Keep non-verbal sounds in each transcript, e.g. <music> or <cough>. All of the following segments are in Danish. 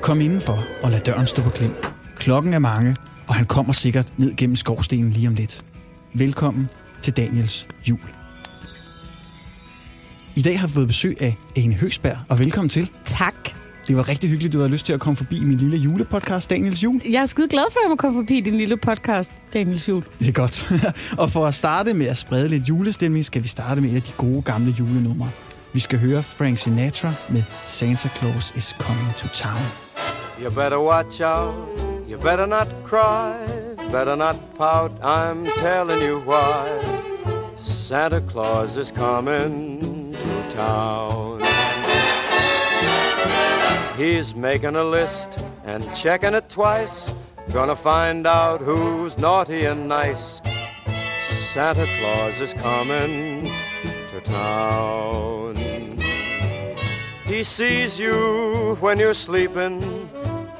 Kom indenfor og lad døren stå på klem. Klokken er mange, og han kommer sikkert ned gennem skovstenen lige om lidt. Velkommen til Daniels jul. I dag har vi fået besøg af Ane Høsberg, og velkommen til. Tak. Det var rigtig hyggeligt, du havde lyst til at komme forbi min lille julepodcast, Daniels Jul. <laughs> Jeg er skide glad for, at jeg må komme forbi din lille podcast, Daniels Jul. Det er godt. <laughs> og for at starte med at sprede lidt julestemning, skal vi starte med et af de gode gamle julenumre. Vi skal høre Frank Sinatra med Santa Claus is Coming to Town. You better watch out. You better not cry. Better not pout. I'm telling you why. Santa Claus is coming to town. He's making a list and checking it twice. Gonna find out who's naughty and nice. Santa Claus is coming to town. He sees you when you're sleeping.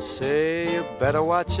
Say you better watch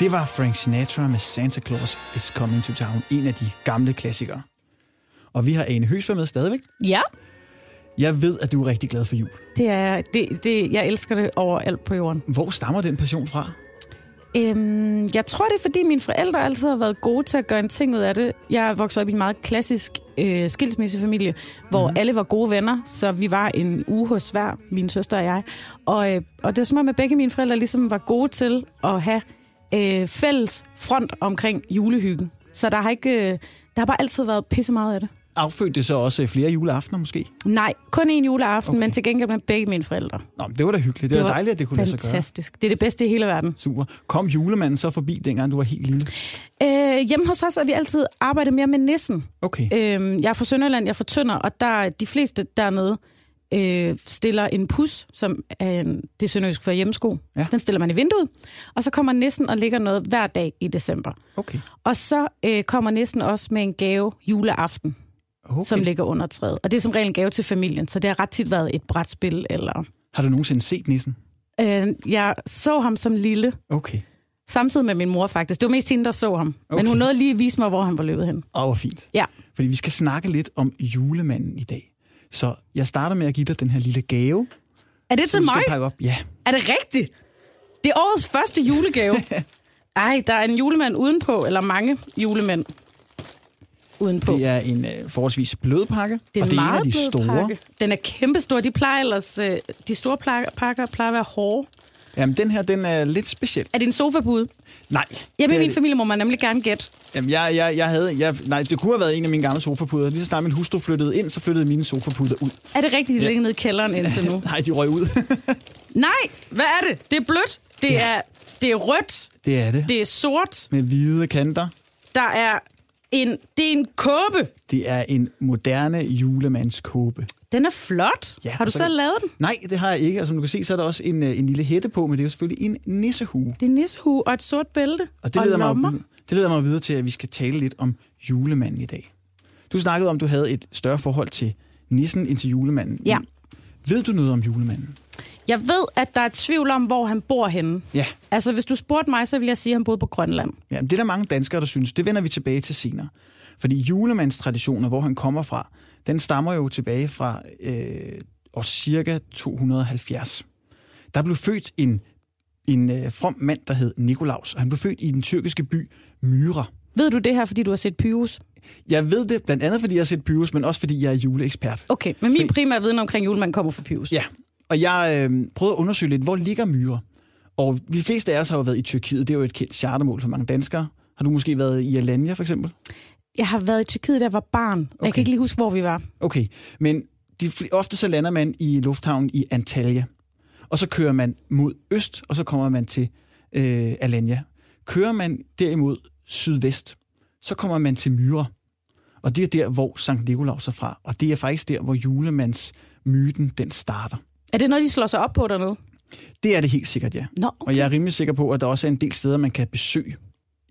Det var Frank Sinatra med Santa Claus is Coming to Town, en af de gamle klassikere. Og vi har Ane Høsberg med stadigvæk. Ja. Jeg ved, at du er rigtig glad for jul. Det er, det, det, jeg elsker det overalt på jorden. Hvor stammer den passion fra? Øhm, jeg tror, det er, fordi mine forældre altid har været gode til at gøre en ting ud af det. Jeg er vokset op i en meget klassisk øh, skilsmissefamilie, hvor mm. alle var gode venner, så vi var en uge hos hver, min søster og jeg. Og, øh, og det er som om, at begge mine forældre ligesom var gode til at have øh, fælles front omkring julehyggen. Så der har ikke... Øh, der har bare altid været pisse meget af det. Affødte det så også øh, flere juleaftener måske? Nej, kun en juleaften, Okay. okay. men til gengæld med begge mine forældre. Nå, men det var da hyggeligt. Det, det var dejligt, at det kunne lade sig gøre. Fantastisk. Det er det bedste i hele verden. Super. Kom julemanden så forbi, dengang du var helt lille? Øh, hjemme hos os har vi altid arbejdet mere med nissen. Okay. Øh, jeg er fra Sønderjylland, jeg er fra Tønder, og der, de fleste dernede øh, stiller en pus, som er en, det er sønderjysk for hjemmesko. Ja. Den stiller man i vinduet, og så kommer nissen og lægger noget hver dag i december. Okay. Og så øh, kommer nissen også med en gave juleaften, okay. okay. som ligger under træet. Og det er som regel en gave til familien, så det har ret tit været et brætspil. Eller, Har du nogensinde set nissen? øh, jeg så ham som lille, Okay. Samtidig med min mor faktisk. Det var mest hende, der så ham. Okay. Okay. Men hun nåede lige at vise mig, hvor han var løbet hen. Åh, hvor fint. Ja. Fordi vi skal snakke lidt om julemanden i dag. Så jeg starter med at give dig den her lille gave. Er det til som du mig? skal pakke op. Ja, Er det rigtigt? Det er årets første <laughs> julegave. Ej, der er en julemand udenpå, eller mange julemænd udenpå. det er en øh, forholdsvis blød pakke, og det er en af de blød store. Pakke. Den er kæmpestor. De plejer ellers... Øh, de store plak- pakker plejer at være hårde. Jamen, den her, den er lidt speciel. Er det en sofapude? Nej. Hjemme det i er min det- familie må man nemlig gerne gætte. Jamen, jeg, jeg, jeg havde, jeg, nej, det kunne have været en af mine gamle sofapuder. Lige så snart min hustru flyttede ind, så flyttede mine sofapuder ud. <laughs> Er det rigtigt, de Ja. ja. ligger nede i kælderen indtil <laughs> nu? Nej, de røg ud. Nej, hvad er det? Det er blødt. Det, Ja. er, det er rødt. det er det. Det er sort. Med hvide kanter. Der er en, det er en kåbe. Det er en moderne julemandskåbe. Den er flot. Ja, Ja, har du så- så lavet den? Nej, det har jeg ikke, og som du kan se, så er der også en, øh, en lille hætte på, men det er jo selvfølgelig en nissehue. Det er en nissehue og et sort bælte. Og det leder, mig, lommer. jo vid- det leder mig videre til, at vi skal tale lidt om julemanden i dag. Du snakkede om, at du havde et større forhold til nissen end til julemanden. Ja. Ved du noget om julemanden? Jeg ved, at der er tvivl om, hvor han bor henne. Ja. Altså, hvis du spurgte mig, så ville jeg sige, at han boede på Grønland. ja det er der mange danskere, der synes. Det vender vi tilbage til senere. Fordi julemandstraditioner, hvor han kommer fra, den stammer jo tilbage fra øh, år cirka 270. Der blev født en, en øh, from mand, der hed Nikolaus, og han blev født i den tyrkiske by Myra. Ved du det her, fordi du har set Pyrus? Jeg ved det blandt andet, fordi jeg har set Pyrus, men også fordi jeg er juleekspert. Okay, men min Fordi- primære viden omkring julemanden kommer fra Pyrus. Ja, og jeg øh, prøvede at undersøge lidt, hvor ligger Myre? Og de fleste af os har jo været i Tyrkiet, det er jo et kendt chartermål for mange danskere. Har du måske været i Alanya for eksempel? Jeg har været i Tyrkiet, da jeg var barn. Okay. Jeg Okay. kan ikke lige huske, hvor vi var. Okay, men de, fl- ofte så lander man i lufthavnen i Antalya, og så kører man mod øst, og så kommer man til øh, Alanya. Kører man derimod sydvest, så kommer man til Myre, og det er der, hvor Sankt Nikolaus er fra, og det er faktisk der, hvor julemandsmyten den starter. Er det noget, de slår sig op på dernede? Det er det helt sikkert, ja. Nå, Og jeg er rimelig sikker på, at der også er en del steder, man kan besøge.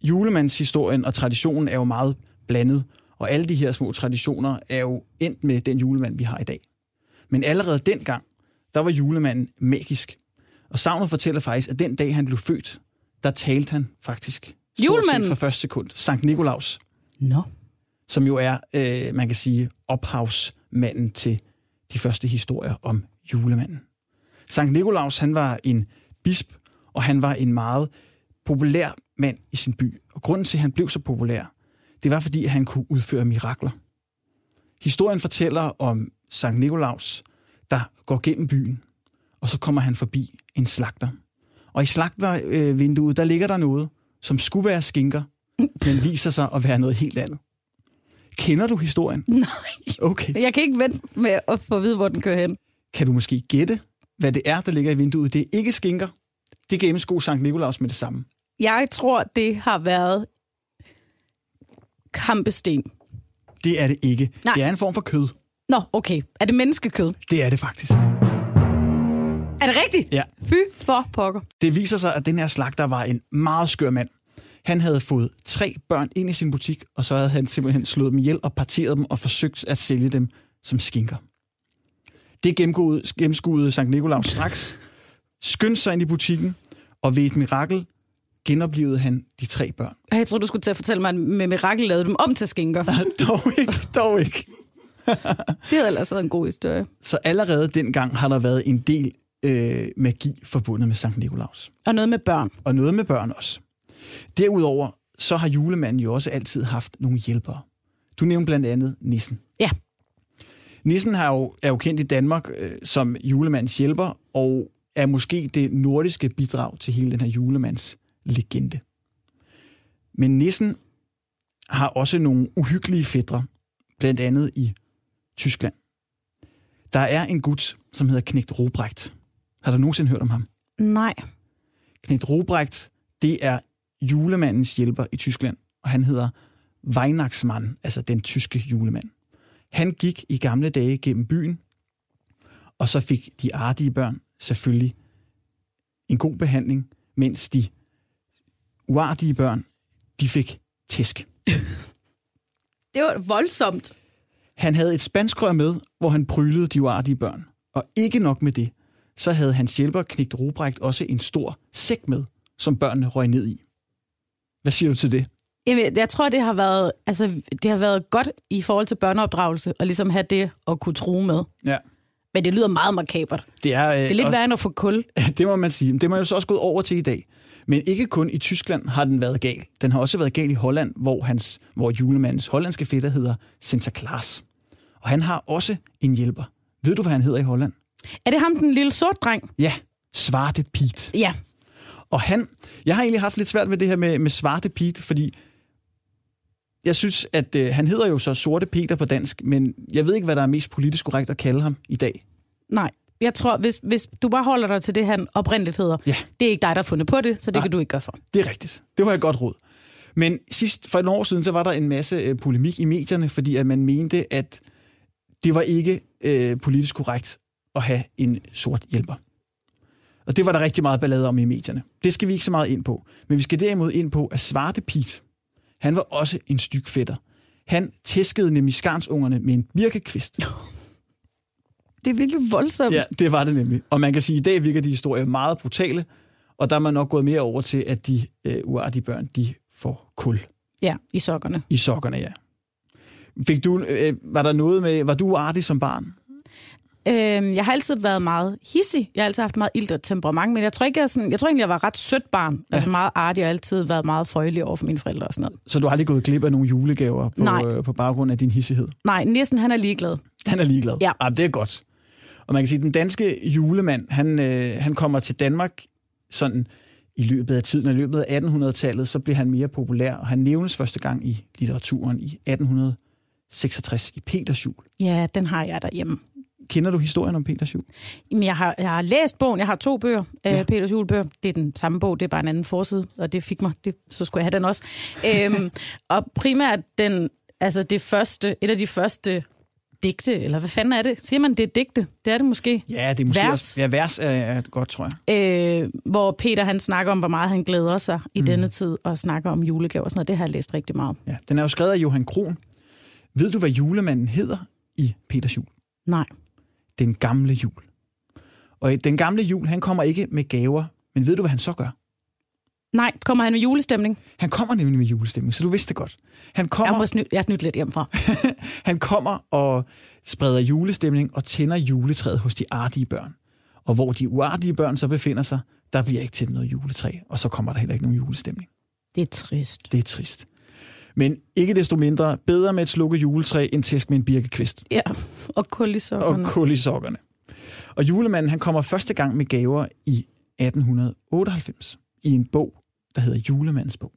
Julemandshistorien og traditionen er jo meget blandet, og alle de her små traditioner er jo endt med den julemand, vi har i dag. Men allerede dengang, der var julemanden magisk. Og savnet fortæller faktisk, at den dag, han blev født, der talte han faktisk. stort set Julemanden? Fra første sekund. Sankt Nikolaus, Nå. som jo er, øh, man kan sige, ophavsmanden til de første historier om julemanden. Sankt Nikolaus, han var en bisp, og han var en meget populær mand i sin by. Og grunden til, at han blev så populær, det var, fordi han kunne udføre mirakler. Historien fortæller om Sankt Nikolaus, der går gennem byen, og så kommer han forbi en slagter. Og i slagtervinduet, der ligger der noget, som skulle være skinker, men viser sig at være noget helt andet. Kender du historien? Nej. Okay. Jeg kan ikke vente med at få at vide, hvor den kører hen. Kan du måske gætte, hvad det er, der ligger i vinduet? Det er ikke skinker. Det kan gennemskue Sankt Nikolaus med det samme. Jeg tror, det har været kampesten. Det er det ikke. Nej. Det er en form for kød. Nå, okay. Er det menneskekød? Det er det faktisk. Er det rigtigt? Ja. Fy for pokker. Det viser sig, at den her slagter var en meget skør mand. Han havde fået tre børn ind i sin butik, og så havde han simpelthen slået dem ihjel og parteret dem og forsøgt at sælge dem som skinker. Det gennemgåede- gennemskuede Sankt Nikolaus straks, skyndte sig ind i butikken, og ved et mirakel genoplevede han de tre børn. Ej, Jeg tror, du skulle til at fortælle mig, at med mirakel lavede dem om til skinker. <laughs> dog ikke, dog ikke. Det havde ellers været en god historie. Så allerede dengang har der været en del øh, magi forbundet med Sankt Nikolaus. Og noget med børn. Og noget med børn også. Derudover så har julemanden jo også altid haft nogle hjælpere. Du nævnte blandt andet Nissen. Ja. Nissen har jo, er jo kendt i Danmark øh, som julemandens hjælper, og er måske det nordiske bidrag til hele den her julemands legende. Men Nissen har også nogle uhyggelige fædre, blandt andet i Tyskland. Der er en gut, som hedder Knægt Robrecht. Har du nogensinde hørt om ham? Nej. Knægt Robrecht, det er julemandens hjælper i Tyskland, og han hedder Weihnachtsmann, altså den tyske julemand. Han gik i gamle dage gennem byen, og så fik de artige børn selvfølgelig en god behandling, mens de uartige børn, de fik tæsk. Det var voldsomt. Han havde et spanskrør med, hvor han prylede de uartige børn. Og ikke nok med det, så havde hans hjælper Knægt Robrecht også en stor sæk med, som børnene røg ned i. Hvad siger du til det? Jamen, jeg tror, det har, været, altså, det har været godt i forhold til børneopdragelse, at ligesom have det at kunne true med. Ja. Men det lyder meget makabert. Det er, øh, Det er lidt værre end at få kul. værd. <laughs> det må man sige. Men Det er man jo så også gået over til i dag. Men ikke kun i Tyskland har den været gal. Den har også været gal i Holland, hvor, hans, hvor julemandens hollandske fætter hedder Sinterklaas. Og han har også en hjælper. Ved du, hvad han hedder i Holland? Er det ham, den lille sort dreng? Ja, Svarte Piet. Ja. Og han, jeg har egentlig haft lidt svært ved det her med, med Svarte Pete, fordi jeg synes, at øh, han hedder jo så Sorte Peter på dansk, men jeg ved ikke, hvad der er mest politisk korrekt at kalde ham i dag. Nej. Jeg tror, hvis, hvis du bare holder dig til det, han oprindeligt hedder, Ja. det er ikke dig, der har fundet på det, så det Nej. Nej. kan du ikke gøre for. Det er rigtigt. Det var et godt råd. Men sidst, for et år siden, så var der en masse øh, polemik i medierne, fordi at man mente, at det var ikke øh, politisk korrekt at have en sort hjælper. Og det var der rigtig meget ballade om i medierne. Det skal vi ikke så meget ind på. Men vi skal derimod ind på, at Svarte Pete, han var også en styk fætter. Han tæskede nemlig skarnsungerne med en birkekvist. Det er virkelig voldsomt. Ja, det var det nemlig. Og man kan sige, at i dag virker de historier meget brutale, og der er man nok gået mere over til, at de øh, uartige børn, de får kul ja i sokkerne. i sokkerne, ja. Fik du, øh, var der noget med, var du uartig som barn? Øhm, jeg har altid været meget hissig. Jeg har altid haft meget ilt temperament, men jeg tror, ikke, jeg, er sådan, jeg tror egentlig, jeg var ret sødt barn. Ja. Altså meget artig og altid været meget føjelig over for mine forældre og sådan noget. Så du har aldrig gået glip af nogle julegaver Nej. på, øh, på baggrund af din hissighed? Nej, næsten han er ligeglad. Han er ligeglad. Ja. Ah, det er godt. Og man kan sige, at den danske julemand, han, øh, han kommer til Danmark sådan i løbet af tiden, og i løbet af 1800-tallet, så bliver han mere populær, og han nævnes første gang i litteraturen i 1866 i Peters Jul. Ja, den har jeg derhjemme. Kender du historien om Peters Jul? Jamen, jeg har, jeg har læst bogen. Jeg har to bøger. Ja. Ja. Peters julebøger. Det er den samme bog. Det er bare en anden forside, og det fik mig. Det, så skulle jeg have den også. <laughs> øhm, og primært den, altså det første, et af de første digte, eller hvad fanden er det? Siger man, det er digte? Det er det måske. Ja, det er måske Vers. Også, ja, vers er, er godt, tror jeg. Øh, hvor Peter han snakker om, hvor meget han glæder sig i mm. denne tid, og snakker om julegaver og sådan noget. Det har jeg læst rigtig meget. om. Ja. Den er jo skrevet af Johan Kron. Ved du, hvad julemanden hedder i Peters Jul? Nej. Den gamle jul. Og øh, den gamle jul, han kommer ikke med gaver, men ved du, hvad han så gør? Nej, kommer han med julestemning? Han kommer nemlig med julestemning, så du vidste det godt. Han Jeg, kommer, må sny- jeg er snydt lidt hjemmefra. han kommer og spreder julestemning og tænder juletræet hos de artige børn. Og hvor de uartige børn så befinder sig, der bliver ikke tændt noget juletræ, og så kommer der heller ikke nogen julestemning. Det er trist. Det er trist. Men ikke desto mindre, bedre med et slukket juletræ end tæsk med en birkekvist. Ja, og kul i sokkerne. og kul i sokkerne. Og julemanden han kommer første gang med gaver i 1898 i en bog, der hedder Julemandens bog.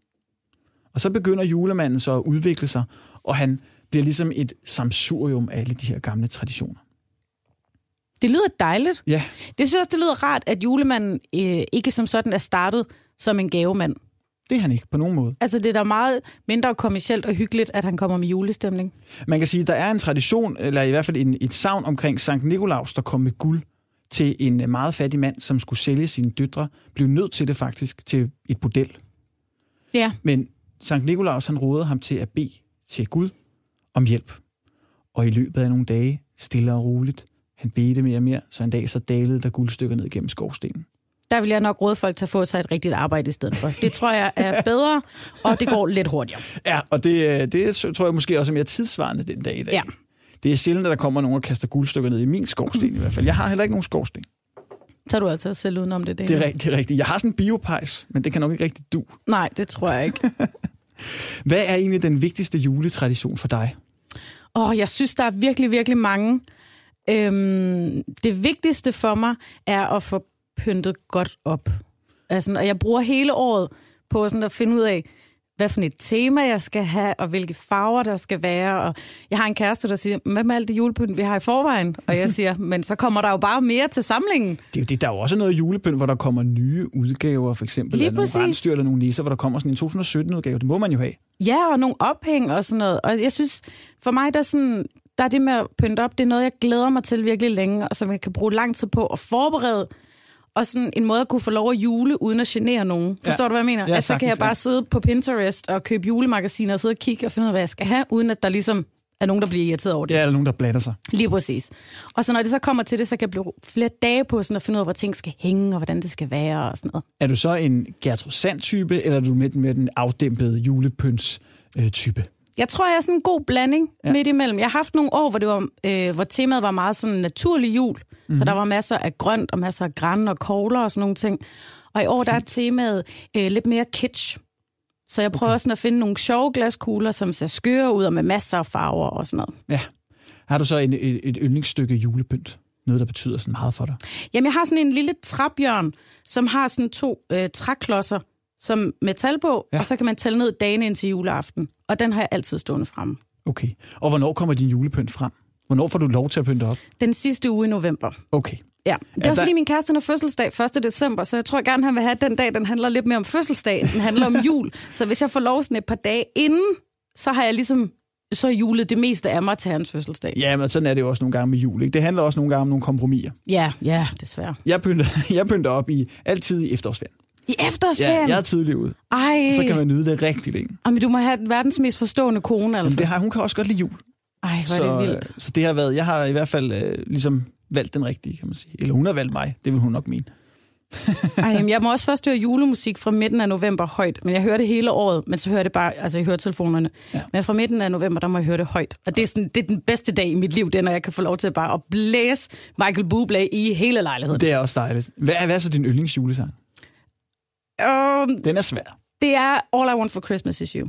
Og så begynder julemanden så at udvikle sig, og han bliver ligesom et samsurium af alle de her gamle traditioner. Det lyder dejligt. Ja, Det synes jeg også, det lyder rart, at julemanden øh, ikke som sådan er startet som en gavemand. det er han ikke på nogen måde. Altså, det er da meget mindre kommercielt og hyggeligt, at han kommer med julestemning. Man kan sige, at der er en tradition, eller i hvert fald en, et savn omkring Sankt Nikolaus, der kom med guld til en øh, meget fattig mand, som skulle sælge sine døtre, blev nødt til det faktisk, til et bordel. Ja, Men Sankt Nikolaus han rådede ham til at bede til Gud om hjælp. Og i løbet af nogle dage, stille og roligt, han bedte mere og mere, så en dag så dalede der guldstykker ned gennem skovstenen. der vil jeg nok råde folk til at få sig et rigtigt arbejde i stedet for. Det tror jeg <laughs> er bedre, og det går lidt hurtigere. Ja, og det, øh, det tror jeg måske også er mere tidsvarende den dag i dag. Ja. Det er sjældent, at der kommer nogen og kaster guldstykker ned i min skovsten i hvert fald. Jeg har heller ikke nogen skovsten. Så er du altså selv udenom det, Det Daniel. er rigtigt, rigtigt. Jeg har sådan en biopejs, men det kan nok ikke rigtig du. Nej, det tror jeg ikke. <laughs> Hvad er egentlig den vigtigste juletradition for dig? Åh, oh, jeg synes, der er virkelig, virkelig mange. Øhm, det vigtigste for mig er at få pyntet godt op. Altså, og jeg bruger hele året på sådan at finde ud af, hvad for et tema jeg skal have, og hvilke farver der skal være. Og jeg har en kæreste, der siger, hvad med alt det julepynt, vi har i forvejen? Og jeg siger, men så kommer der jo bare mere til samlingen. Det er jo det. Der er jo også noget julepynt, hvor der kommer nye udgaver, for eksempel Lige af nogle præcis. rensdyr eller nogle nisser, hvor der kommer sådan en 2017-udgave. Det må man jo have. Ja, og nogle ophæng og sådan noget. Og jeg synes, for mig, der er, sådan, der er det med at pynte op, det er noget, jeg glæder mig til virkelig længe, og som jeg kan bruge lang tid på at forberede. Og sådan en måde at kunne få lov at jule, uden at genere nogen. Forstår Ja. du, hvad jeg mener? Ja, altså, så kan jeg sagtens, bare ja. sidde på Pinterest og købe julemagasiner og sidde og kigge og finde ud af, hvad jeg skal have, uden at der ligesom er nogen, der bliver irriteret over det. Ja, eller nogen, der blatter sig. Lige præcis. Og så når det så kommer til det, så kan jeg bruge flere dage på sådan at finde ud af, hvor ting skal hænge, og hvordan det skal være og sådan noget. Er du så en Gertrud Sand-type, eller er du lidt mere den afdæmpede julepynts-type? Jeg tror, jeg er sådan en god blanding ja. midt imellem. Jeg har haft nogle år, hvor, det var, øh, hvor temaet var meget sådan naturlig jul. Mm-hmm. Så der var masser af grønt og masser af græn og kogler og sådan nogle ting. Og i år, der er temaet øh, lidt mere kitsch. Så jeg prøver okay. sådan at finde nogle sjove glaskugler, som ser skøre ud og med masser af farver og sådan noget. Ja. Har du så en, et, et yndlingsstykke julepynt? Noget, der betyder sådan meget for dig? Jamen, jeg har sådan en lille trapjørn, som har sådan to øh, træklodser som med tal på, Ja. ja. og så kan man tælle ned dagene indtil juleaften. Og den har jeg altid stående fremme. Okay. Og hvornår kommer din julepynt frem? Hvornår får du lov til at pynte op? Den sidste uge i november. Okay. Ja, det er også der- fordi min kæreste han har fødselsdag 1. december, så jeg tror gerne, han vil have at den dag, den handler lidt <laughs> mere om fødselsdag, end den handler om jul. Så hvis jeg får lov sådan et par dage inden, så har jeg ligesom så julede det meste af mig til hans fødselsdag. Ja, men sådan er det jo også nogle gange med jul. Ikke? Det handler også nogle gange om nogle kompromiser. Ja, ja, desværre. Jeg pynter, <laughs> jeg pynter op i altid i efterårsferien. I Ja, efterårsferien? jeg er tidlig ude. Ej, Så kan man nyde det rigtig længe. Jamen, du må have den verdens mest forstående kone, Men altså. det har, hun kan også godt lide jul. Ej, hvor er så, det vildt. øh, så det har været, jeg har i hvert fald øh, ligesom valgt den rigtige, kan man sige. Eller hun har valgt mig, det vil hun nok mene. Ej, jamen, jeg må også først høre julemusik fra midten af november højt, men jeg hører det hele året, men så hører jeg det bare altså, i høretelefonerne. Ja. Ja. Men fra midten af november, der må jeg høre det højt. Og det er, sådan, det er den bedste dag i mit liv, det er, når jeg kan få lov til at bare at blæse Michael Bublé i hele lejligheden. Det, Det er også dejligt. Hvad er, hvad er så din yndlingsjulesang? um, Den er svær det er All I Want For Christmas Is You.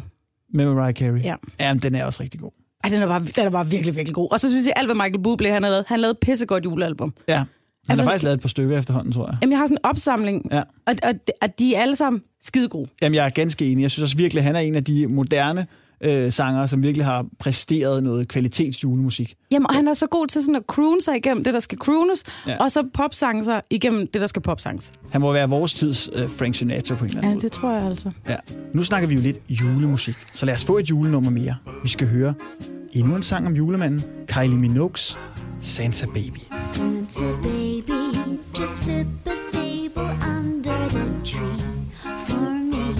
med Mariah Carey. Ja. Jamen, den er også rigtig god. Ej, den er, bare, den er bare virkelig, virkelig god. Og så synes jeg, alt hvad Michael Bublé han har lavet, han lavede et pissegodt julealbum. Ja. Han altså, Altså, har faktisk lavet et par stykker efterhånden, tror jeg. Jamen, jeg har sådan en opsamling, Ja. og, og, og de er alle sammen skide gode. Jamen, jeg er ganske enig. Jeg synes også virkelig, han er en af de moderne øh, sanger, som virkelig har præsteret noget kvalitetsjulemusik. Jamen, og han er så god til sådan at croone sig igennem det, der skal croones, Ja. ja. og så popsange sig igennem det, der skal popsanges. Han må være vores tids øh, Frank Sinatra på en eller anden Ja, måde. det tror jeg altså. Ja. Nu snakker vi jo lidt julemusik, så lad os få et julenummer mere. Vi skal høre endnu en sang om julemanden, Kylie Minogue's Santa Baby. Santa baby, just slip a sable under the tree for me.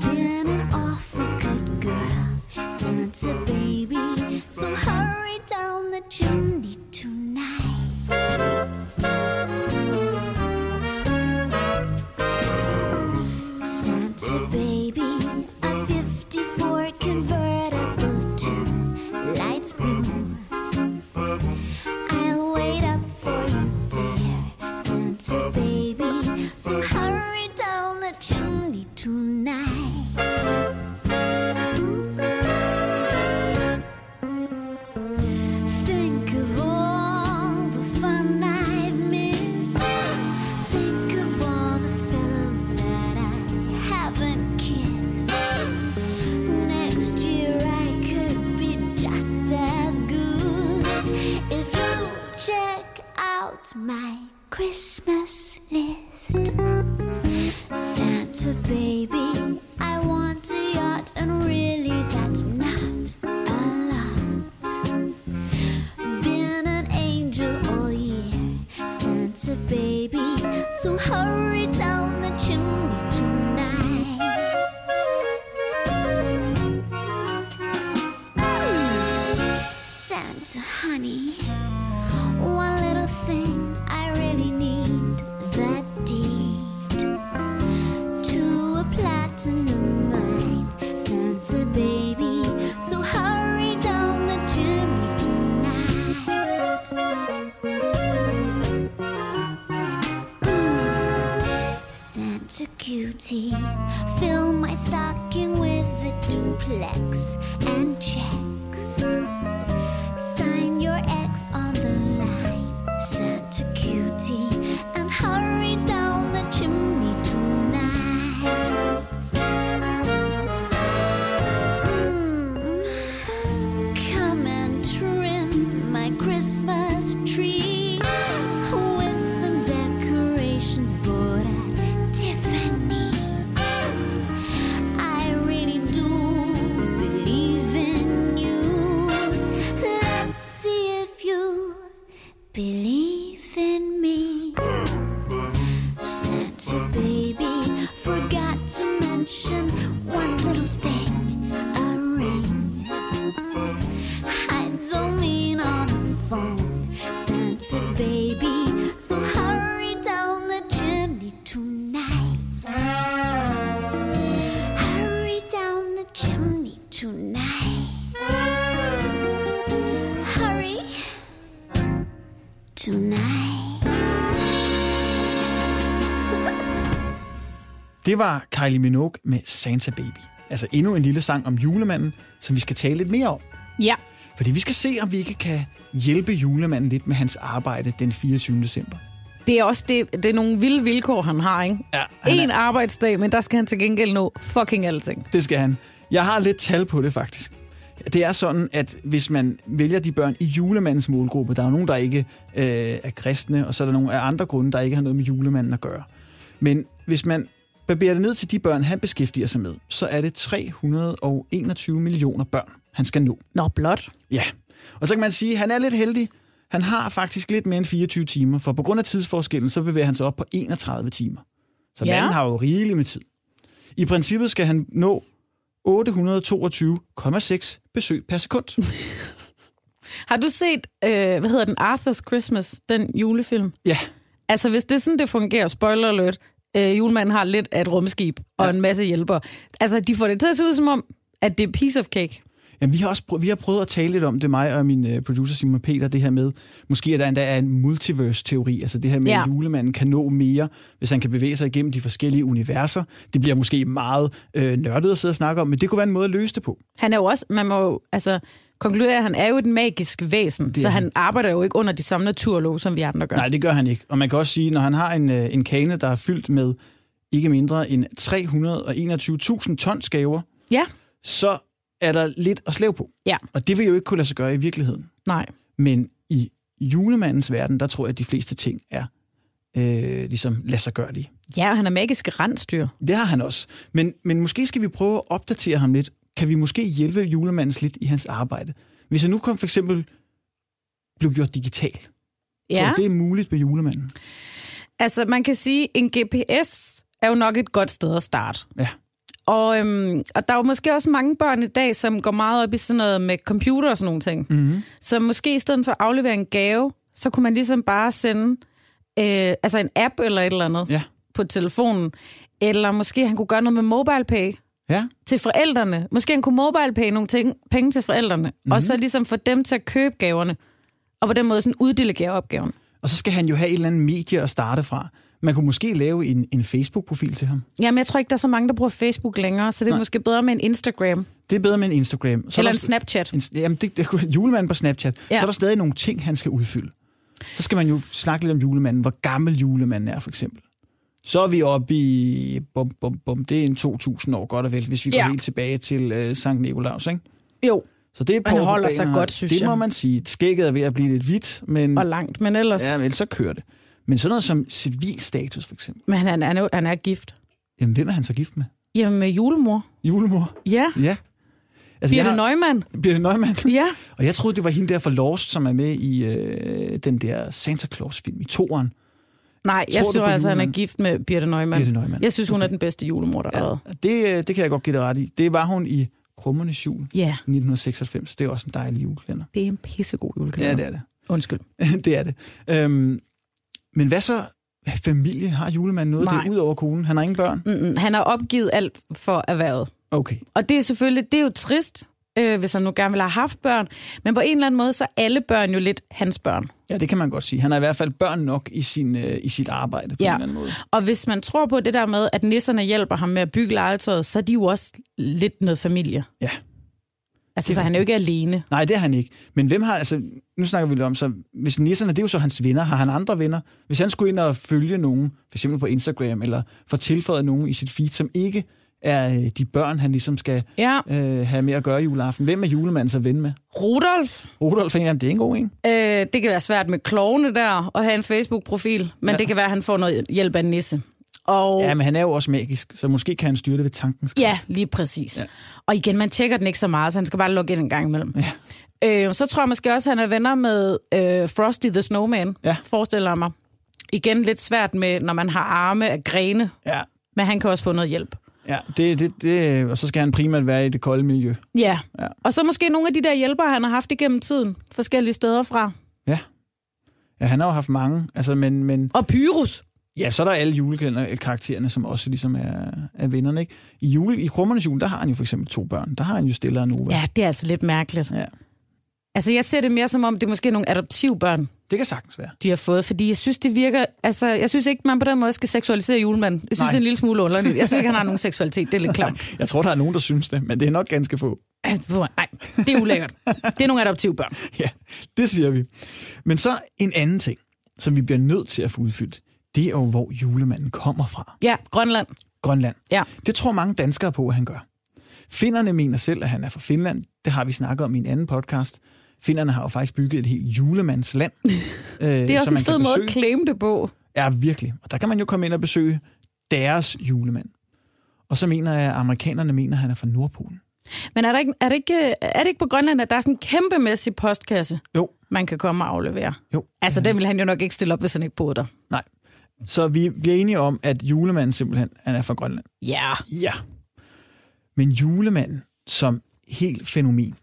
Been an awful good girl, Santa baby, so hurry down the chimney tonight. Santa baby, a 54 convertible to lights blue. I'll wait up for you, dear Santa baby. So hurry down the chimney tonight. Think of all the fun I've missed. Think of all the fellows that I haven't kissed. Next year I could be just as good if you check out my Christmas list. Santa baby, I want a yacht, and really that's not a lot. Been an angel all year, Santa baby, so hurry down the chimney tonight. Santa, honey, one little thing I really need that deed to a platinum mine, Santa baby. So hurry down the chimney tonight. Mm. Santa cutie, fill my stocking with a duplex and checks. Sign your ex on the line, Santa cutie, and hurry down the chimney tonight. Mm, Hmm. Come and trim my Christmas tree with some decorations bought at Tiffany's. I really do believe in you. Let's see if you believe in me. Santa baby, forgot to mention one little thing a ring. I don't mean on the phone, Santa baby. So hurry down the chimney tonight. Hurry down the chimney tonight. Hurry tonight. Det var Kylie Minogue med Santa Baby. Altså endnu en lille sang om julemanden, som vi skal tale lidt mere om. Ja. Fordi vi skal se, om vi ikke kan hjælpe julemanden lidt med hans arbejde den 24. december. Det er også det, det er nogle vilde vilkår, han har, ikke? Ja, han En arbejdsdag, men der skal han til gengæld nå fucking alting. Det skal han. Jeg har lidt tal på det, faktisk. Det er sådan, at hvis man vælger de børn i julemandens målgruppe, der er jo nogen, der ikke øh, er kristne, og så er der nogle af andre grunde, der ikke har noget med julemanden at gøre. Men hvis man barberer det ned til de børn, han beskæftiger sig med, så er det 321 millioner børn, han skal nå. Nå, blot. Ja, og så kan man sige, at han er lidt heldig. Han har faktisk lidt mere end 24 timer, for på grund af tidsforskellen, så bevæger han sig op på 31 timer. Så Ja. ja. manden har jo rigeligt med tid. I princippet skal han nå 822,6 besøg per sekund. Har du set, øh, hvad hedder den, Arthur's Christmas, den julefilm? <laughs> Ja, Altså, hvis det er sådan, det fungerer, spoiler alert, øh, julemanden har lidt af et rumskib og en masse hjælpere. Altså, de får det til at se ud som om, at det er piece of cake. Jamen, vi har også prø- vi har prøvet at tale lidt om det, mig og min øh, producer Simon Peter, det her med, måske er der endda er en multiverse-teori, altså det her med, Ja. ja. at julemanden kan nå mere, hvis han kan bevæge sig igennem de forskellige universer. Det bliver måske meget øh, nørdet at sidde og snakke om, men det kunne være en måde at løse det på. Han er jo også, man må jo, altså, konkludere, at han er jo et magisk væsen, så er han. han. arbejder jo ikke under de samme naturlov, som vi andre gør. Nej, det gør han ikke. Og man kan også sige, når han har en, øh, en kane, der er fyldt med ikke mindre end 321.000 tons gaver, Ja, så er der lidt at slæve på. Ja. Og det vil jo ikke kunne lade sig gøre i virkeligheden. nej. Men i julemandens verden, der tror jeg, at de fleste ting er øh, ligesom lade sig gøre lige. Ja, og han er magiske rensdyr. Det har han også. Men, men måske skal vi prøve at opdatere ham lidt. Kan vi måske hjælpe julemandens lidt i hans arbejde? Hvis han nu kom for eksempel blev gjort digital. Tror Ja, du, det er muligt med julemanden? altså man kan sige, en GPS er jo nok et godt sted at starte. Ja. Og, øhm, og der er jo måske også mange børn i dag, som går meget op i sådan noget med computer og sådan nogle ting. Mm-hmm. Så måske i stedet for at aflevere en gave, så kunne man ligesom bare sende øh, altså en app eller et eller andet Ja. på telefonen. Eller måske han kunne gøre noget med MobilePay Ja. til forældrene. Måske han kunne MobilePay nogle ting, penge til forældrene, Mhm. mm-hmm. og så ligesom få dem til at købe gaverne. Og på den måde sådan uddelegere opgaven. Og så skal han jo have et eller andet medie at starte fra. Man kunne måske lave en, en Facebook-profil til ham. Jamen, jeg tror ikke, der er så mange, der bruger Facebook længere, så det er Nej. Nej. måske bedre med en Instagram Det er bedre med en Instagram. Så eller er en der, Mm. Snapchat. en, jamen, det, det, kunne- julemanden på Snapchat. Ja. Ja. Så er der stadig nogle ting, han skal udfylde. Så skal man jo snakke lidt om julemanden. Hvor gammel julemanden er, for eksempel. Så er vi oppe i... Bum, bum, bum. Det er en 2.000 år, godt og vel, hvis vi går Ja. ja. helt tilbage til øh, Sankt Nikolaus, ikke? Jo. Så det er et par år på holder sig banen, godt, og synes Det jeg. må man sige. Skægget er ved at blive lidt hvidt, men, Og langt, men ellers... ja, Ja. men ellers så kører det. Men sådan noget som civilstatus, for eksempel. Men han, han, er, jo- han er gift. Jamen, hvem er han så gift med? Jamen, med julemor. Julemor? Ja. Ja. Altså, Birte Neumann. Birte Neumann. Ja. Og jeg troede, det var hende der fra Lost, som er med i øh, den der Santa Claus-film i toeren. Nej, jeg Tror du tror på altså, han er julemanden? gift med Birte Neumann. Birte Neumann. Jeg synes, hun okay. er den bedste julemor, der har været. Ja, det, øh, det kan jeg godt give dig ret i. Det var hun i Krummernes Jul Ja, 1996. Det er også en dejlig julekalender. det er en pissegod julekalender. Ja, det er det. <laughs> Undskyld. det er det. Øhm, men hvad så? Familie? Har julemanden noget af Nej. det ud over konen? Han har ingen børn? Mm-mm. Han har opgivet alt for erhvervet. Okay. Og det er selvfølgelig, det er jo trist, øh, hvis han nu gerne ville have haft børn. Men på en eller anden måde, så er alle børn jo lidt hans børn. Ja, det kan man godt sige. Han har i hvert fald børn nok i, sin, øh, i sit arbejde på Ja. ja. en eller anden måde. Og hvis man tror på det der med, at nisserne hjælper ham med at bygge legetøjet, så er de jo også lidt noget familie. Ja. Altså, Det- så han er jo ikke alene. Nej, det er han ikke. Men hvem har, altså, nu snakker vi lidt om, så hvis nisserne, det er jo så hans venner, har han andre venner? Hvis han skulle ind og følge nogen, for eksempel på Instagram, eller få tilføjet nogen i sit feed, som ikke er øh, de børn, han ligesom skal Ja, øh, have med at gøre juleaften. Hvem er julemanden så ven med? Rudolf, Rudolf er en af dem, det er en god en. øh, det kan være svært med klovne der og have en Facebook-profil, men ja. Ja. det kan være, at han får noget hjælp af en nisse. Og Ja, men han er jo også magisk, så måske kan han styre det ved tankens kraft. Ja, lige præcis. Ja. Og igen, man tjekker den ikke så meget, så han skal bare logge ind en gang imellem. Ja. Øh, så tror jeg måske også, at han er venner med øh, Frosty the Snowman, Ja. forestiller jeg mig. Igen lidt svært med, når man har arme af grene, Ja, men han kan også få noget hjælp. ja. Det, det, det, og så skal han primært være i det kolde miljø. Ja. Ja. og så måske nogle af de der hjælpere, han har haft igennem tiden, forskellige steder fra. Ja, han har jo haft mange, altså, men, men Og Pyrus. Ja, så er der alle julekaraktererne, som også ligesom er, er vennerne, ikke? I, jule, I Krummernes Jul, der har han jo for eksempel to børn. Der har han jo Stella og Nova. Ja, det er altså lidt mærkeligt. ja. Altså, jeg ser det mere som om, det er måske nogle adoptivbørn, Det kan sagtens være. de har fået, fordi jeg synes, det virker... Altså, jeg synes ikke, man på den måde skal seksualisere julemanden. Jeg synes, Nej. Nej. det er en lille smule underligt. Jeg synes ikke, han har nogen seksualitet. Det er lidt <laughs> klamt. Jeg tror, der er nogen, der synes det, men det er nok ganske få. Ah, hvor- Nej, det er ulækkert. Det er nogle adoptivbørn. Ja, det siger vi. Men så en anden ting, som vi bliver nødt til at få udfyldt, det er jo, hvor julemanden kommer fra. Ja, Grønland. Grønland. Ja. Det tror mange danskere på, at han gør. Finnerne mener selv, at han er fra Finland. Det har vi snakket om i en anden podcast. Finnerne har jo faktisk bygget et helt julemandsland. <laughs> øh, Det er også en fed måde at claim det på. Ja, virkelig. Og der kan man jo komme ind og besøge deres julemand. Og så mener jeg, at amerikanerne mener, at han er fra Nordpolen. Men er, der ikke, er, det ikke, er det ikke på Grønland, at der er sådan en kæmpemæssig postkasse, Jo. man kan komme og aflevere? Jo. Altså, den ville han jo nok ikke stille op, hvis han ikke boede der. Nej. Så vi bliver enige om, at julemanden simpelthen han er fra Grønland. Ja. Ja. Men julemanden som helt fænomen,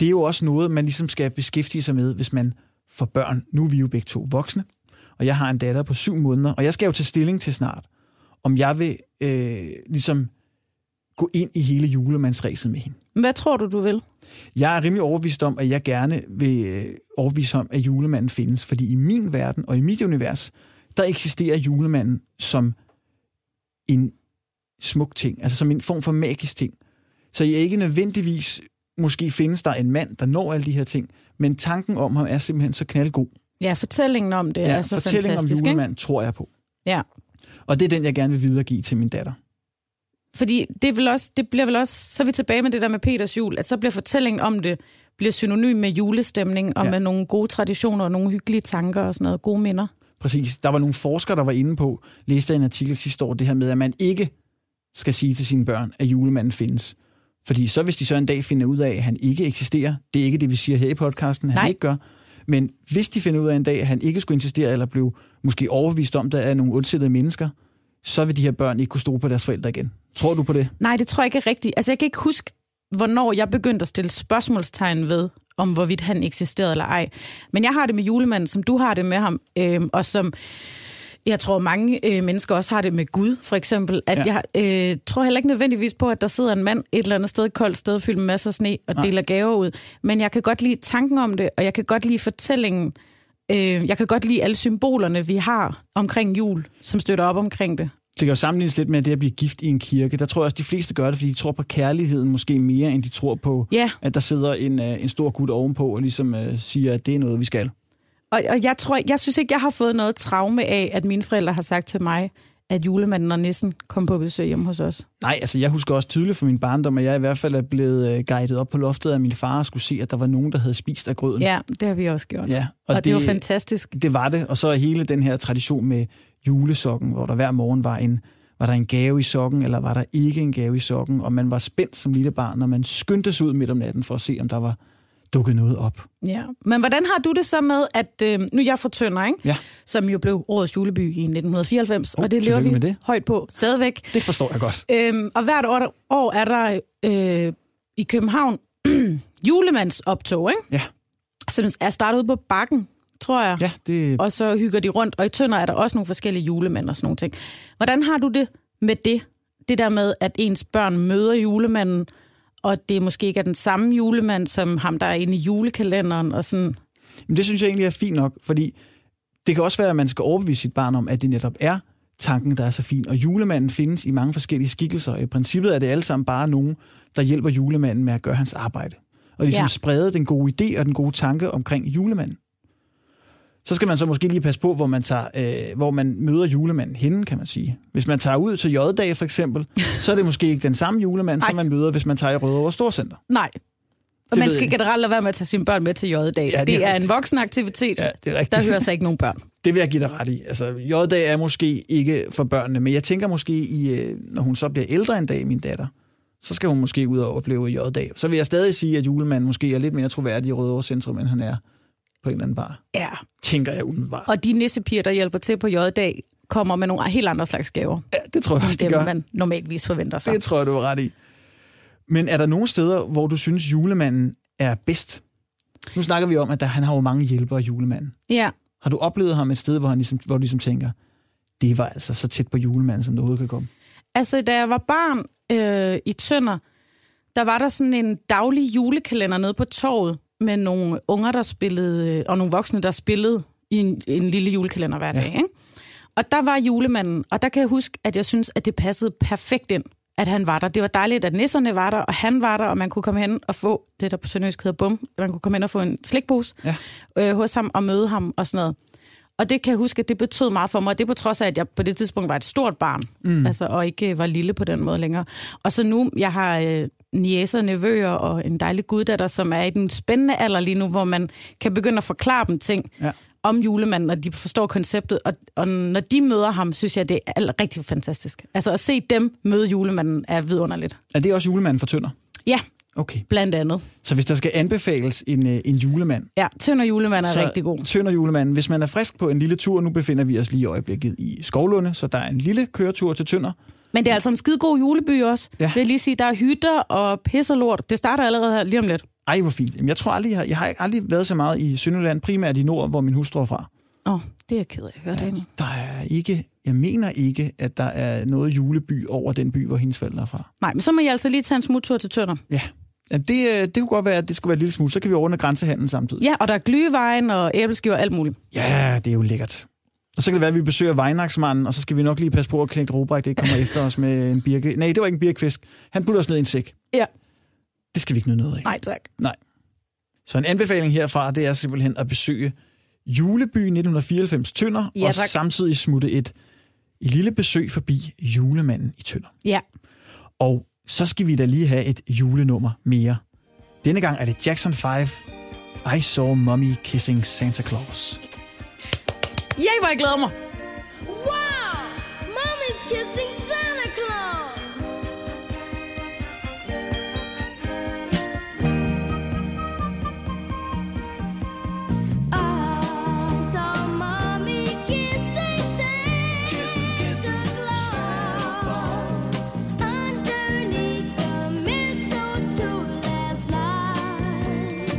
det er jo også noget, man ligesom skal beskæftige sig med, hvis man får børn. Nu er vi jo begge to voksne, og jeg har en datter på syv måneder, og jeg skal jo tage stilling til snart, om jeg vil øh, ligesom gå ind i hele julemandsræset med hende. Men Hvad tror du, du vil? Jeg er rimelig overbevist om, at jeg gerne vil øh, overbevise om, at julemanden findes, fordi i min verden og i mit univers, der eksisterer julemanden som en smuk ting, altså som en form for magisk ting. Så jeg ikke nødvendigvis, måske findes der en mand, der når alle de her ting, men tanken om ham er simpelthen så knaldgod. Ja, fortællingen om det ja, er så fortællingen om fantastisk, ikke? julemanden tror jeg på. Ja. Og det er den, jeg gerne vil videregive til min datter. Fordi det, vil også, det bliver vel også, så er vi tilbage med det der med Peters jul, at så bliver fortællingen om det, bliver synonym med julestemning og Ja. ja. med nogle gode traditioner og nogle hyggelige tanker og sådan noget, gode minder. Præcis. Der var nogle forskere, der var inde på, læste jeg en artikel sidste år, det her med, at man ikke skal sige til sine børn, at julemanden findes. Fordi så hvis de så en dag finder ud af, at han ikke eksisterer, det er ikke det, vi siger her i podcasten, han Nej. ikke gør, men hvis de finder ud af en dag, at han ikke skulle insistere, eller blev måske overbevist om, der er nogle ondsindede mennesker, så vil de her børn ikke kunne stole på deres forældre igen. Tror du på det? Nej, det tror jeg ikke er rigtigt. Altså, jeg kan ikke huske, hvornår jeg begyndte at stille spørgsmålstegn ved, om hvorvidt han eksisterede eller ej. Men jeg har det med julemanden, som du har det med ham, øhm, og som jeg tror mange øh, mennesker også har det med Gud, for eksempel. At Ja. ja. jeg øh, tror heller ikke nødvendigvis på, at der sidder en mand et eller andet sted, et koldt sted, fyldt med masser af sne og deler gaver ud. Men jeg kan godt lide tanken om det, og jeg kan godt lide fortællingen. Øh, jeg kan godt lide alle symbolerne, vi har omkring jul, som støtter op omkring det. Det kan jo sammenlignes lidt med det at blive gift i en kirke. Der tror jeg også, de fleste gør det, fordi de tror på kærligheden måske mere, end de tror på, Ja. at der sidder en, øh, en stor gut ovenpå og ligesom øh, siger, at det er noget, vi skal. Og, og jeg, tror, jeg synes ikke, jeg har fået noget traume af, at mine forældre har sagt til mig, at julemanden og nissen kom på besøg hjemme hos os. Nej, altså jeg husker også tydeligt fra min barndom, at jeg i hvert fald er blevet øh, guidet op på loftet af min far og skulle se, at der var nogen, der havde spist af grøden. Ja, det har vi også gjort. Mm. ja og, og det, det var fantastisk. det var det. Og så hele den her tradition med julesokken, hvor der hver morgen var en var der en gave i sokken, eller var der ikke en gave i sokken, og man var spændt som lille barn, og man skyndte sig ud midt om natten for at se, om der var dukket noget op. Ja. Men hvordan har du det så med, at øh, nu er jeg fra Tønder, ikke? Ja. som jo blev årets juleby i 1994, Oh, og det lever vi tillykke med det. højt på stadigvæk. Det forstår jeg godt. Øhm, og hvert år, år er der øh, i København <clears throat> julemandsoptog, ikke? Ja, som er startet ude på bakken, tror jeg. ja det, og så hygger de rundt. Og i Tønder er der også nogle forskellige julemænd og sådan nogle ting. Hvordan har du det med det? Det der med, at ens børn møder julemanden, og det måske ikke er den samme julemand, som ham, der er inde i julekalenderen og sådan. Men det synes jeg egentlig er fint nok, fordi det kan også være, at man skal overbevise sit barn om, at det netop er tanken, der er så fin. Og julemanden findes i mange forskellige skikkelser. og I princippet er det alle sammen bare nogen, der hjælper julemanden med at gøre hans arbejde. Og ligesom ja. Ja. sprede den gode idé og den gode tanke omkring julemanden. Så skal man så måske lige passe på, hvor man, tager, øh, hvor man møder julemanden henne, kan man sige. Hvis man tager ud til J-dag for eksempel, så er det måske ikke den samme julemand, som Ej. man møder, hvis man tager i Rødovre Storcenter. Nej. Og Det ved man skal jeg. generelt lade være med at tage sine børn med til J-dag. Ja, det er det, det er rigtigt. en voksenaktivitet. Ja, det er rigtigt. Der hører sig ikke nogen børn. Det vil jeg give dig ret i. Altså, J-dag er måske ikke for børnene, men jeg tænker måske, i, øh, når hun så bliver ældre en dag, min datter, så skal hun måske ud og opleve J-dag. Så vil jeg stadig sige, at julemanden måske er lidt mere troværdig i Rødovre Centrum, end han er på en eller anden bar. Ja. Tænker jeg udenbart. Og de nissepiger, der hjælper til på J-dag, kommer med nogle helt andre slags gaver, Ja, det tror jeg også, det end gør. man normalvis forventer sig. Det tror jeg, du er ret i. Men er der nogle steder, hvor du synes, julemanden er bedst? Nu snakker vi om, at der, han har jo mange hjælpere, julemanden. Ja. Har du oplevet ham et sted, hvor, han ligesom, hvor du ligesom tænker, det var altså så tæt på julemanden, som det overhovedet kan komme? Altså, da jeg var barn øh, i Tønder, der var der sådan en daglig julekalender nede på torvet med nogle unger, der spillede, øh, og nogle voksne, der spillede i en, en lille julekalender hver dag. Ja. Ikke? Og der var julemanden, og der kan jeg huske, at jeg synes, at det passede perfekt ind, at han var der. Det var dejligt, at nisserne var der, og han var der, og man kunne komme hen og få det, der på sønderjysk hedder bum. Man kunne komme hen og få en slikpose Ja. øh, hos ham og møde ham og sådan noget. Og det kan jeg huske, at det betød meget for mig. Og det er på trods af, at jeg på det tidspunkt var et stort barn, mm. altså, og ikke øh, var lille på den måde længere. Og så nu, jeg har øh, niæser, nevøer og en dejlig guddatter, som er i den spændende alder lige nu, hvor man kan begynde at forklare dem ting. Ja. om julemanden, og de forstår konceptet, og, og når de møder ham, synes jeg, det er alt rigtig fantastisk. Altså at se dem møde julemanden er vidunderligt. Er det også julemanden for tønder? Ja, Okay. blandt andet. Så hvis der skal anbefales en, øh, en julemand, Ja, Tønder julemand er så så... rigtig god. Tønder julemanden. Hvis man er frisk på en lille tur, nu befinder vi os lige i øjeblikket i Skovlunde, så der er en lille køretur til Tønder. Men det er altså en skide god juleby også. Ja. Ja. Vil jeg lige sige, der er hytter og pis og lort. Det starter allerede her lige om lidt. Ej, hvor fint. Jamen, jeg tror aldrig, jeg har, jeg har aldrig været så meget i Sønderland, primært i nord, hvor min hustru er fra. Åh, oh, det er jeg ked af at høre, ja. Daniel. Der er ikke, jeg mener ikke, at der er noget juleby over den by, hvor hendes forældre er fra. Nej, men så må jeg altså lige tage en smuttur til Tønder. Ja. Jamen, det, øh, det kunne godt være, at det skulle være et lille smule. Så kan vi ordne grænsehandlen samtidig. Ja, og der er glyvejen og æbleskiver og alt muligt. Ja, det er jo lækkert. Og så kan det være, at vi besøger Vejnaksmanden, og så skal vi nok lige passe på, at Knægt Robrecht ikke kommer efter os med en birke. Nej, det var ikke en birkfisk. Han putter os ned i en sæk. Ja. Det skal vi ikke nyde noget af. Nej, tak. Så en anbefaling herfra, det er simpelthen at besøge Juleby 1994 Tønder, Ja, og tak. samtidig smutte et, et lille besøg forbi julemanden i Tønder. Ja. Og så skal vi da lige have et julenummer mere. Denne gang er det Jackson 5, I Saw Mommy Kissing Santa Claus. Ja, hvor jeg glæder mig. Wow! Mommy's kissing Santa Claus! I saw Ah, Mommy kissing Santa Claus underneath the mistletoe last night.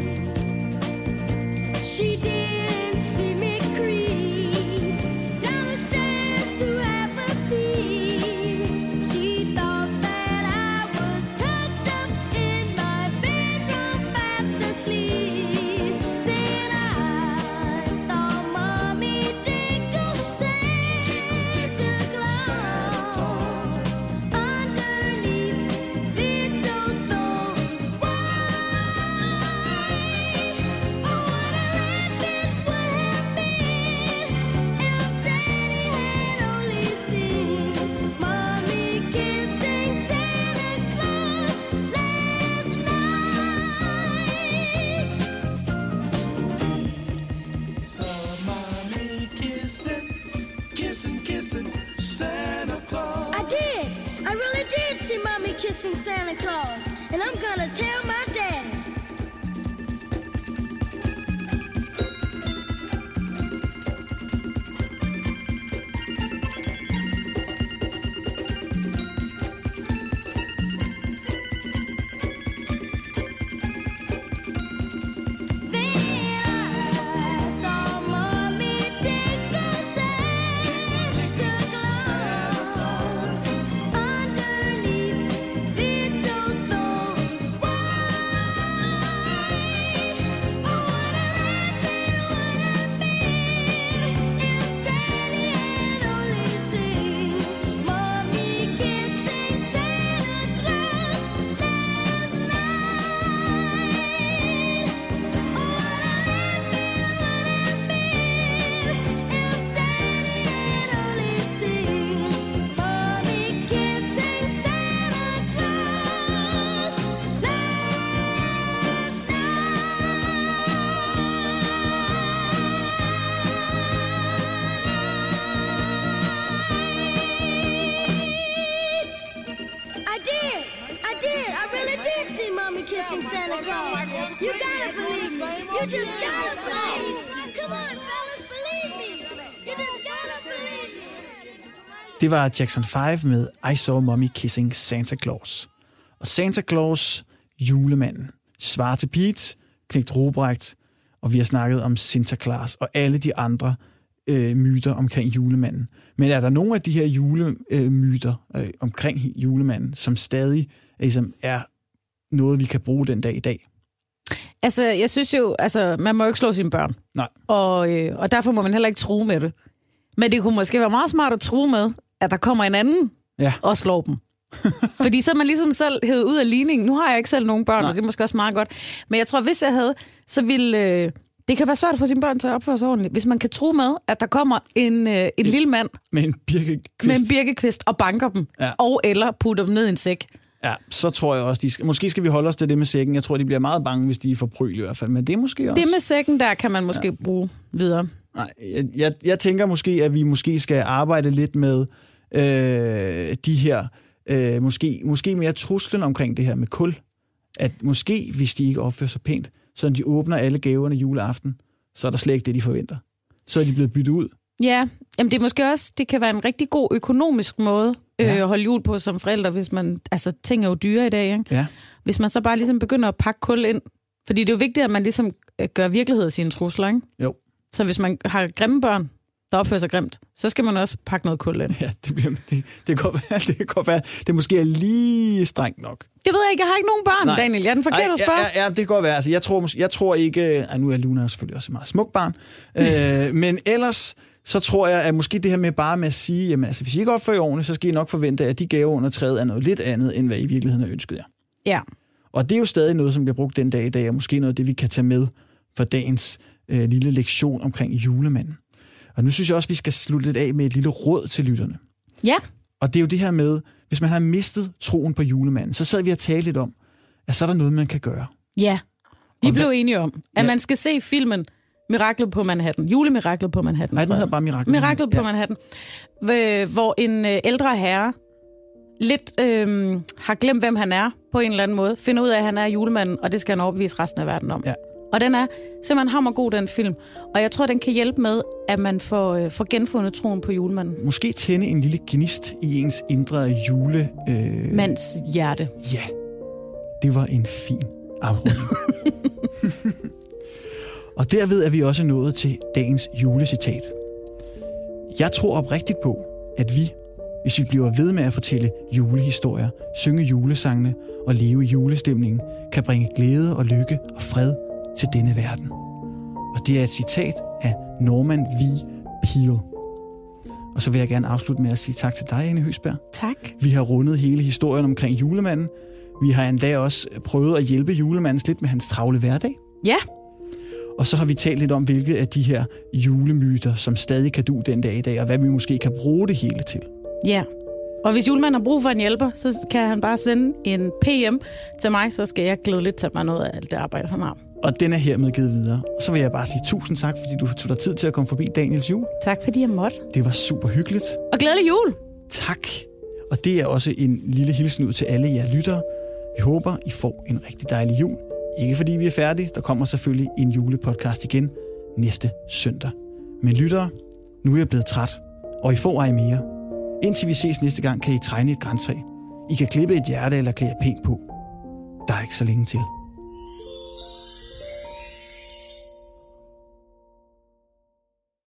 She didn't see me creep down the stairs to have a peek. She thought that I was tucked up in my bedroom fast asleep. Then I saw mommy tickle Santa Claus underneath his little stone Kissing Santa Claus, and I'm gonna tell my dad. I did. I did. I really did see mommy kissing Santa Claus. You gotta believe me. You just gotta believe me. Come on, fellas, believe me. You just gotta believe me. Det var Jackson 5 med I Saw Mommy Kissing Santa Claus. Og Santa Claus, julemanden, svarer til Pete, Knægt Robrecht, og vi har snakket om Santa Claus og alle de andre øh, myter omkring julemanden. Men er der nogle af de her julemyter øh, myter, øh, omkring julemanden, som stadig øh, ligesom, er noget, vi kan bruge den dag i dag? Altså, jeg synes jo, altså, man må jo ikke slå sine børn. Nej. Og, øh, og derfor må man heller ikke true med det. Men det kunne måske være meget smart at true med, at der kommer en anden Ja. og slår dem. <laughs> Fordi så er man ligesom selv hævet ud af ligningen. Nu har jeg ikke selv nogen børn, Nej. Nej. og det er måske også meget godt. Men jeg tror, hvis jeg havde, så ville... Øh, det kan være svært at få sine børn til at opføre sig ordentligt. Hvis man kan tro med, at der kommer en, øh, en lille mand Med en birkekvist. med en birkekvist og banker dem, Ja. ja. og eller putter dem ned i en sæk. Ja, så tror jeg også, de skal, måske skal vi holde os til det med sækken. Jeg tror, de bliver meget bange, hvis de får pryl i hvert fald, men det er måske også... Det med sækken der kan man måske bruge videre. Nej, jeg, jeg, jeg tænker måske, at vi måske skal arbejde lidt med øh, de her, øh, måske, måske mere truslen omkring det her med kul. At måske, hvis de ikke opfører sig pænt, så når de åbner alle gaverne juleaften, så er der slet ikke det, de forventer. Så er de blevet byttet ud. Ja, jamen det er måske også, det kan være en rigtig god økonomisk måde øh, Ja. at holde jul på som forældre, hvis man, altså ting er jo dyre i dag, ikke? Ja. Hvis man så bare ligesom begynder at pakke kul ind, fordi det er jo vigtigt, at man ligesom øh, gør virkelighed af sine trusler, ikke? Jo. Så hvis man har grimme børn, der opfører sig grimt, så skal man også pakke noget kul ind. <laughs> Ja, det, bliver, det, det, kan godt være, <laughs> det kan godt være, det måske er lige strengt nok. Det ved jeg ikke, jeg har ikke nogen børn, Nej. Nej. <laughs> Daniel. Jeg er den forkerte at ja, spørge. ja, ja, det kan godt være. Altså, jeg, tror, mås- jeg tror ikke... Ej, nu er Luna selvfølgelig også et meget smukt <laughs> barn. øh, men ellers, så tror jeg, at måske det her med bare med at sige, jamen altså, hvis I ikke opfører jer ordentligt, så skal I nok forvente, at de gaver under træet er noget lidt andet, end hvad I i virkeligheden har ønsket jer. Ja. Og det er jo stadig noget, som bliver brugt den dag i dag, og måske noget af det, vi kan tage med for dagens øh, lille lektion omkring julemanden. Og nu synes jeg også, at vi skal slutte lidt af med et lille råd til lytterne. Ja. Og det er jo det her med, hvis man har mistet troen på julemanden, så sad vi og talte lidt om, at så er der noget, man kan gøre. Ja. Vi Og blev enige om, at Ja. man skal se filmen Miraklet på Manhattan. Julemiraklet på Manhattan. Nej, den tror jeg. hedder bare Mirakel. Miraklet på ja. Manhattan. Øh, Hvor en øh, ældre herre lidt øh, har glemt, hvem han er på en eller anden måde. Finder ud af, at han er julemanden, og det skal han overbevise resten af verden om. Ja. Og den er simpelthen hammergod, den film. Og jeg tror, den kan hjælpe med, at man får, øh, får genfundet troen på julemanden. Måske tænde en lille gnist i ens indre jule... Øh, Mands hjerte. Ja, det var en fin afrunding. og derved er vi også nået til dagens julecitat. Jeg tror oprigtigt på, at vi, hvis vi bliver ved med at fortælle julehistorier, synge julesangene og leve i julestemningen, kan bringe glæde og lykke og fred til denne verden. Og det er et citat af Norman V. Peale. Og så vil jeg gerne afslutte med at sige tak til dig, Anne Høsberg. Tak. Vi har rundet hele historien omkring julemanden. Vi har endda også prøvet at hjælpe julemanden lidt med hans travle hverdag. Ja, Og så har vi talt lidt om, hvilke af de her julemyter, som stadig kan du den dag i dag, og hvad vi måske kan bruge det hele til. ja. Og hvis julemanden har brug for en hjælper, så kan han bare sende en PM til mig, så skal jeg glædeligt tage mig noget af alt det arbejde, han har. Og den er hermed givet videre. Og så vil jeg bare sige tusind tak, fordi du tog dig tid til at komme forbi Daniels jul. Tak fordi jeg måtte. Det var super hyggeligt. Og glædelig jul! Tak. Og det er også en lille hilsen ud til alle jer lyttere. Vi håber, I får en rigtig dejlig jul. Ikke fordi vi er færdige, der kommer selvfølgelig en julepodcast igen næste søndag. Men lyttere, nu er jeg blevet træt, og I får ej mere. Indtil vi ses næste gang, kan I tegne et græntræ. I kan klippe et hjerte eller klæde jer pænt på. Der er ikke så længe til.